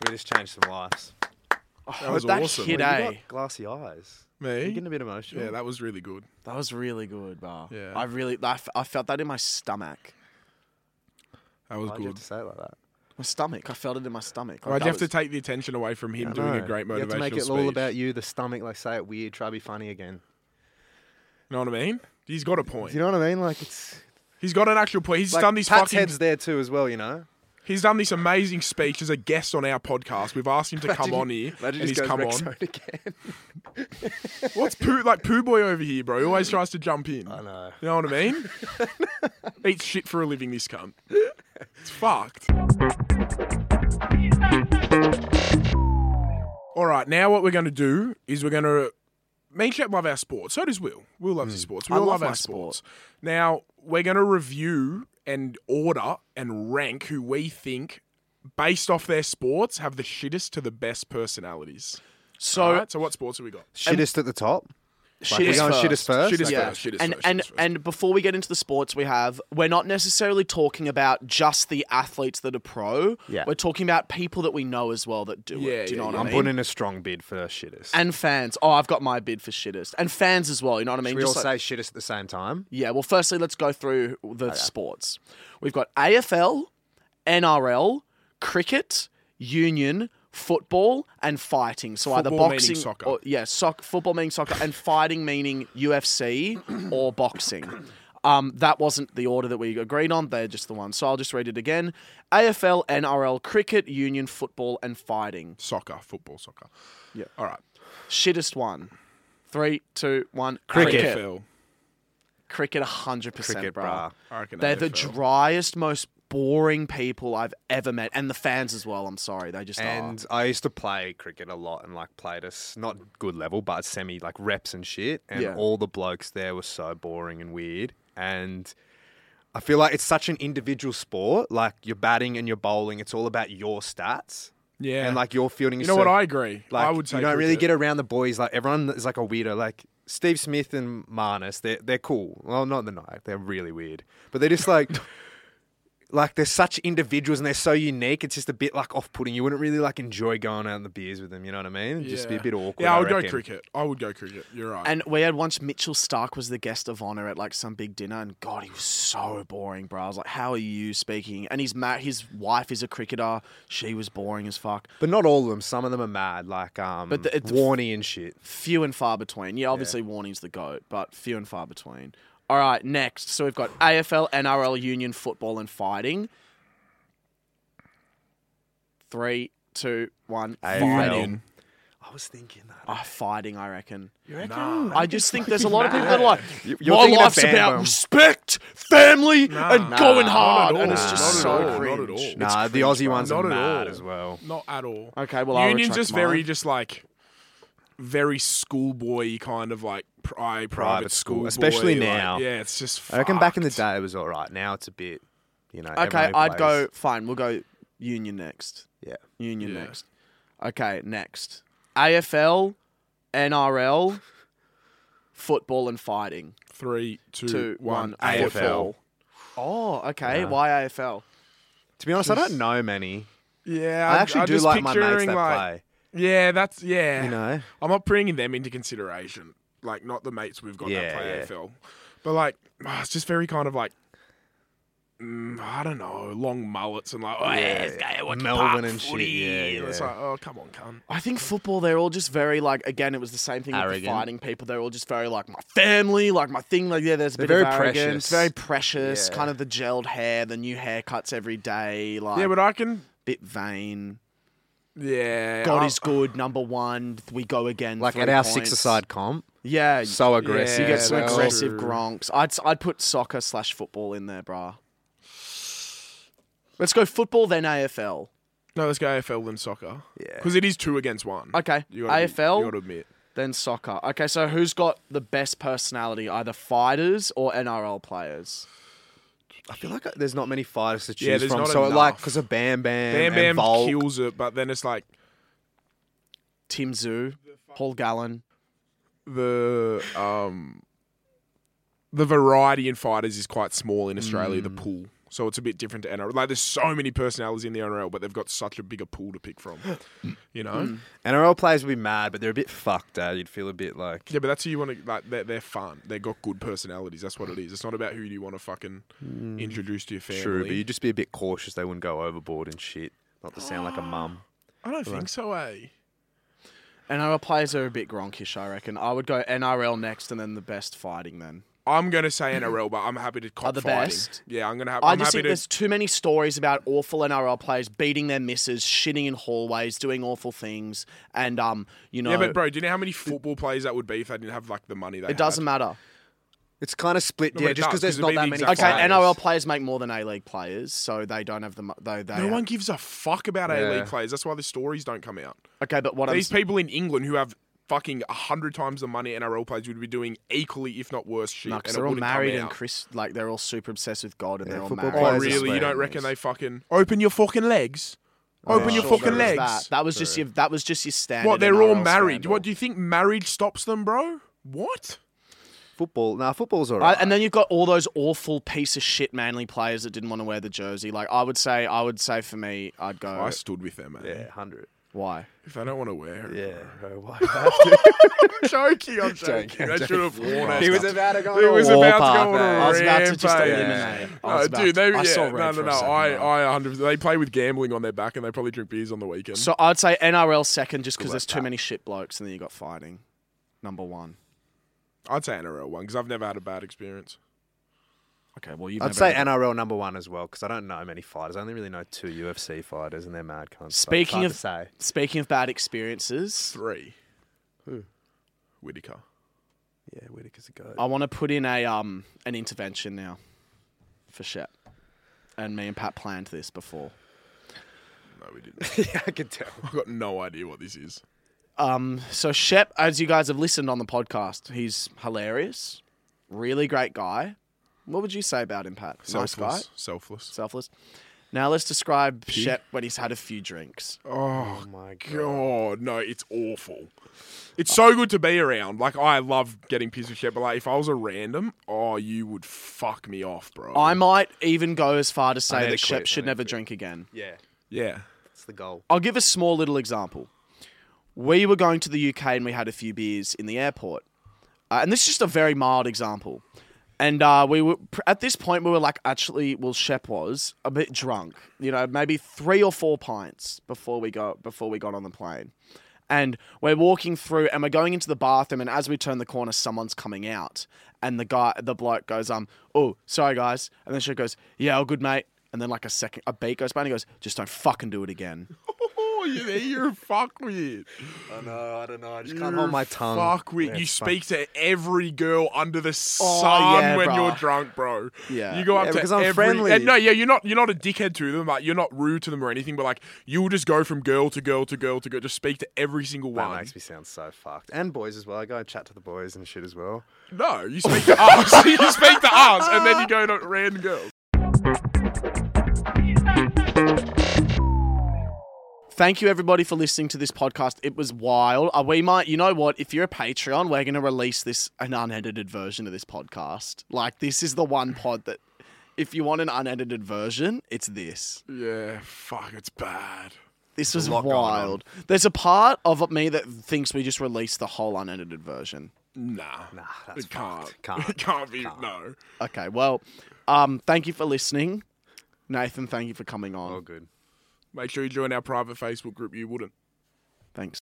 B: We just changed some lives.
A: That was
C: that eh?
A: awesome.
C: hit
B: Well,
C: A.
B: you got glassy eyes. You're
A: Me?
B: getting a bit emotional.
A: Yeah, that was really good.
C: That was really good, bro.
A: Yeah.
C: I really, I, f- I felt that in my stomach.
A: That was
B: Why'd you
A: good.
B: have to say it like that?
C: My stomach. I felt it in my stomach. Like,
A: I'd
C: that
A: have to
C: was-
A: take the attention away from him doing a great motivational
B: You have to make it
A: speech.
B: all about you, the stomach. Like say it weird, try to be funny again.
A: You know what I mean? He's got a point.
B: Do you know what I mean? Like it's
A: He's got an actual point. He's
B: like
A: done these
B: Pat's
A: fucking.
B: head's there too as well. You know.
A: He's done this amazing speech as a guest on our podcast. We've asked him to come on here, and
B: Imagine
A: he's
B: just goes
A: come
B: Rex
A: on.
B: Zone again.
A: What's poo like poo boy over here, bro? He always tries to jump in.
B: I know.
A: You know what I mean? Eats shit for a living, this cunt. It's fucked. All right, now what we're going to do is we're going to. Me and Shep love our sports. So does Will. Will loves his sports. We
C: I
A: all
C: love
A: love our
C: my
A: sports.
C: sport.
A: Now, we're going to review and order and rank who we think, based off their sports, have the shittest to the best personalities.
C: So
A: All right, so what sports have we got?
B: Shittest at the top. Like, we're
C: is
B: going shit
C: first.
B: is first.
A: Shit is
B: Okay.
A: first. Shit is
C: and
A: first, shit
C: and
A: is first.
C: and before we get into the sports we have, we're not necessarily talking about just the athletes that are pro.
B: Yeah.
C: We're talking about people that we know as well that do
A: Yeah,
C: it. Do you
A: yeah,
C: know what
A: yeah.
C: I
B: I'm
C: mean?
B: putting in a strong bid for shitters.
C: and fans. Oh, I've got my bid for shittest. And fans as well, you know what I mean?
B: we all
C: Just like-
B: say shitters at the same time.
C: yeah, well firstly let's go through the sports. We've got AFL, NRL, cricket, union, football and fighting. So either
A: Football meaning
C: boxing
A: soccer.
C: or yeah, soc- football meaning soccer and fighting meaning UFC or boxing. Um, that wasn't the order that we agreed on. They're just the ones. So I'll just read it again. AFL, NRL, cricket, union, football, and fighting.
A: Soccer, football, soccer.
C: Yeah.
A: All right.
C: Shittest one. Three, two, one.
B: Cricket.
C: Cricket.
A: AFL.
C: Cricket, 100%,
B: Cricket,
C: bruh.
B: bra.
A: I reckon
C: They're the
A: AFL.
C: driest, most boring people I've ever met. And the fans as well, I'm sorry. They just
B: And I used to play cricket a lot and like played a s- not good level, but semi like reps and shit. And
C: Yeah.
B: all the blokes there were so boring and weird. And I feel like it's such an individual sport. Like you're batting and you're bowling, it's all about your stats.
A: Yeah.
B: And like your fielding
A: you
B: is
A: know
B: so-
A: what? I agree.
B: Like
A: I would say
B: you don't really
A: cricket.
B: get around the boys. Like everyone is like a weirdo. Like Steve Smith and Marnus, they're they're cool. Well, not the night. They're really weird, but they're just like. Like they're such individuals and they're so unique. It's just a bit like off-putting. You wouldn't really like enjoy going out on the beers with them. You know what I mean? It'd Just be a bit awkward.
A: Yeah, I would go
B: reckon.
A: cricket. I would go cricket. You're right.
C: And we had once Mitchell Stark was the guest of honor at like some big dinner, and God, he was so boring, bro. I was like, "How are you speaking?" And his ma- his wife is a cricketer. She was boring as fuck.
B: but not all of them. Some of them are mad, like um,
C: But the- it's-
B: Warney and shit.
C: Few and far between. Yeah, obviously Warning's the goat, but few and far between. All right, next. So we've got AFL, NRL, Union football, and fighting. Three, two, one.
B: AFL.
C: Fighting.
A: Union.
B: I was thinking that.
C: Ah, fighting, I reckon.
B: You
A: reckon?
C: I just think there's a lot of people that are like,
B: You- you're
C: my
B: thinking of
C: life's about
B: Bambo."
C: respect, family, and
A: Nah.
C: going
B: Nah,
C: hard.
A: not at
C: and it's
A: all.
B: Um,
C: just
A: Not at
C: so
A: all,
C: cringe.
A: not at all.
B: Nah,
C: It's
B: the
C: cringe,
B: Aussie
C: bro.
B: ones
A: Not
B: are
A: at
B: mad
A: all.
B: as well.
A: Not at all.
C: Okay, well, I'll
A: Union's
C: retract
A: just
C: mine.
A: very just like very schoolboy kind of like pri- private,
B: school,
A: school,
B: especially
A: boy, like,
B: now.
A: yeah, it's just.
B: I reckon back in the
A: fucked.
B: day it was all right. Now it's a bit, you know.
C: Okay,
B: everyone who
C: I'd
B: plays-
C: go, fine, we'll go Union next.
B: Yeah.
C: Union
A: Yeah.
C: next. Okay, next. AFL, NRL, football and fighting.
A: Three, two, one.
C: Two, one.
B: AFL.
C: Football. Oh, okay.
B: Yeah.
C: Why AFL?
B: To be honest, I don't know many.
A: Yeah,
B: I
A: I'm-
B: actually
A: I'm
B: do
A: just
B: like my mates
A: picturing,
B: that
A: like,
B: play.
A: Yeah, that's yeah.
B: You know,
A: I'm not bringing them into consideration, like not the mates we've got that
B: Yeah,
A: play
B: yeah.
A: AFL, but like ah, it's just very kind of like. mm, I don't know, long mullets and like, oh, yeah,
B: Yeah,
A: it's gay, watch
B: Melbourne
A: park
B: and shit,
A: footy.
B: yeah,
A: And It's
B: yeah.
A: like, oh, come on, cunt.
C: I think football, they're all just very like. Again, it was the same thing with the
B: Arrogant.
C: fighting people. They're all just very like my family, like my thing. Like yeah, there's a
B: They're
C: bit of
B: very precious.
C: arrogance, very precious.
B: Yeah.
C: Kind of the gelled hair, the new haircuts every day, like
A: Yeah, but I can.
C: bit vain.
A: Yeah,
C: God
A: I-
C: is good, number one. We go again.
B: Oh. like
C: three
B: at our
C: points.
B: six-a-side comp,
C: Yeah,
B: so aggressive.
A: You
C: you
A: Yeah,
C: get some
A: that's
C: aggressive
A: true.
C: gronks. I'd I'd put soccer slash football in there, brah. Let's go football then AFL.
A: No, let's go AFL than soccer.
B: Yeah.
A: Because it is two against one.
C: Okay,
A: You gotta be-
C: AFL.
A: you got to admit.
C: Then soccer. Okay, so who's got the best personality, either fighters or NRL players?
B: I feel like there's not many fighters to choose
A: Yeah, there's
B: from.
A: not
B: So like,
A: enough.
B: because of Bam Bam,
A: Bam
B: and
A: Bam
B: Volk,
A: kills it, but then it's like
C: Tim Zoo, Paul Gallen.
A: the um the variety in fighters is quite small in Australia.
C: Mm.
A: The pool, so it's a bit different to NRL. Like there's so many personalities in the NRL, but they've got such a bigger pool to pick from. You know,
B: NRL players would be mad, but they're a bit fucked. out. You'd feel a bit like
A: yeah, but that's who you want to like. They're, they're fun. They've got good personalities. That's what it is. It's not about who you want to fucking
C: Mm.
A: introduce to your family.
B: true, but you'd just be a bit cautious. They wouldn't go overboard and shit. Not to sound like a mum.
A: I don't think so, eh?
C: NRL players are a bit gronkish, I reckon. I would go NRL next, and then the best fighting. Then
A: I'm gonna say NRL, but I'm happy to cop
C: Are the
A: fighting.
C: best?
A: Yeah, I'm gonna have.
C: i
A: I'm
C: just
A: happy
C: think
A: to
C: there's too many stories about awful NRL players beating their misses, shitting in hallways, doing awful things, and um, you know,
A: Yeah, but bro, do you know how many football players that would be if they didn't have like the money? They
C: it doesn't matter.
B: It's kind of split,
A: No, but
B: yeah.
A: it
B: Just
A: does,
B: because there's
A: 'cause it'd
B: not
A: be
B: that
A: the
B: many.
A: exact
C: Okay,
A: same.
B: fighters.
C: NRL players make more than A League players, so they don't have the mo- though they.
A: No one gives a fuck about A
B: Yeah.
A: League players. That's why the stories don't come out.
C: Okay, but what I'm
A: These people in England who have fucking hundred times the money NRL players would be doing equally, if not worse, shit.
C: No,
A: and
C: because
A: it
C: they're all
A: wouldn't come
C: married and
A: out.
C: Chris, like they're all super obsessed with God and
B: Yeah,
C: they're all
B: football
C: married.
A: Oh,
B: players are
A: really? You don't
B: swearing,
A: reckon
B: mate.
A: they fucking open your fucking legs? Open your
C: Sure,
A: fucking legs.
C: there was That. that was just your. That was just your standard.
A: What? They're all
C: NRL
A: married.
C: scandal.
A: What do you think? Marriage stops them, bro? What?
B: Football. Nah, football's all
C: I,
B: right.
C: and then you've got all those awful piece of shit Manly players that didn't want to wear the jersey. Like I would say, I would say for me, I'd go.
A: I stood with them, man.
B: yeah, 100.
C: Why?
A: If they don't want to wear it.
B: Yeah. bro, why-
A: I'm joking, I'm joking.
B: Joking,
A: They
B: I'm
A: should have worn it.
B: he was about to go
A: He
B: on
A: was
B: a
A: about
B: walk.
A: to go on
B: Warpath,
A: a
B: man.
C: I was about to just
A: rampage.
C: eliminate. I
A: No,
C: was about
A: dude,
C: to-
A: they, yeah,
C: I saw
A: no,
C: red
A: no,
C: for a
A: no.
C: second, though.
A: I, I, 100. They play with gambling on their back, and they probably drink beers on the weekend.
C: So I'd say NRL second just because
B: Good
C: there's
B: work,
C: too many shit blokes and then you got fighting. Number one.
A: I'd say NRL one because I've never had a bad experience.
C: Okay, well you've
B: I'd
C: never
B: say
C: had-
B: NRL number one as well because I don't know many fighters. I only really know two UFC fighters, and they're mad cunts. so it's
C: Speaking
B: hard
C: of-
B: to say.
C: Speaking of bad experiences,
A: Three.
B: Who?
A: Whitaker.
B: yeah, Whitaker's a go.
A: Oh.
C: I want to put in a um an intervention now for Shep. And me and Pat planned this before.
A: No, we didn't.
B: yeah, I could tell.
A: I've got no idea what this is.
C: Um, so Shep, as you guys have listened on the podcast, he's hilarious, really great guy. What would you say about him, Pat?
A: Selfless.
C: Nice guy,
A: Selfless.
C: selfless. Now let's describe Shep when he's had a few drinks.
A: Oh,
B: my
A: God, Oh, no, it's awful. It's so good to be around. Like I love getting pissed with shit, but like if I was a random, oh, you would fuck me off, bro.
C: I might even go as far to
B: need
C: say
B: to
C: that Shep
B: quit, I
C: should
B: need to
C: never
B: quit.
C: drink again.
B: Yeah,
A: yeah.
B: that's the goal.
C: I'll give a small little example. We were going to the UK and we had a few beers in the airport. Uh, and this is just a very mild example. And uh, we were pr- at this point we were like, actually, well, Shep was a bit drunk, you know, maybe three or four pints before we go before we got on the plane. And we're walking through, and we're going into the bathroom, and as we turn the corner, someone's coming out, and the guy, the bloke goes, um, oh, sorry guys, and then Shep goes, yeah, all good mate, and then like a second, a beat goes by, and he goes, just don't fucking do it again.
A: Oh, you're, you're fuck with.
B: I know, I don't know. I just
A: You're Mm, Fuck with. you speak to every girl under the
C: Oh,
A: sun
C: yeah,
A: when
C: bro.
A: you're drunk, bro.
C: Yeah.
A: You go up
B: Yeah,
A: to
B: because I'm
A: every.
B: friendly.
A: and no, yeah, you're not. You're not a dickhead to them. Like you're not rude to them or anything. But like you'll just go from girl to girl to girl to girl. Just speak to every single
B: That
A: one.
B: makes me sound so fucked. And boys as well. I go and chat to the boys and shit as well.
A: No, you speak to us. you speak to us, and then you go to random girls.
C: Thank you everybody for listening to this podcast. It was wild. Uh, we might, you know what? If you're a Patreon, we're going to release this an unedited version of this podcast. Like this is the one pod that, if you want an unedited version, it's this.
A: Yeah, fuck, it's bad.
C: This was
B: lot going on.
C: wild. There's a part of me that thinks we just released the whole unedited version.
A: Nah,
B: Nah, that's
A: it can't.
B: fucked. Can't.
A: It can't be. No.
C: Okay, well, um, thank you for listening, Nathan. Thank you for coming on.
B: All good.
A: Make sure you join our private Facebook group. You wouldn't.
C: Thanks.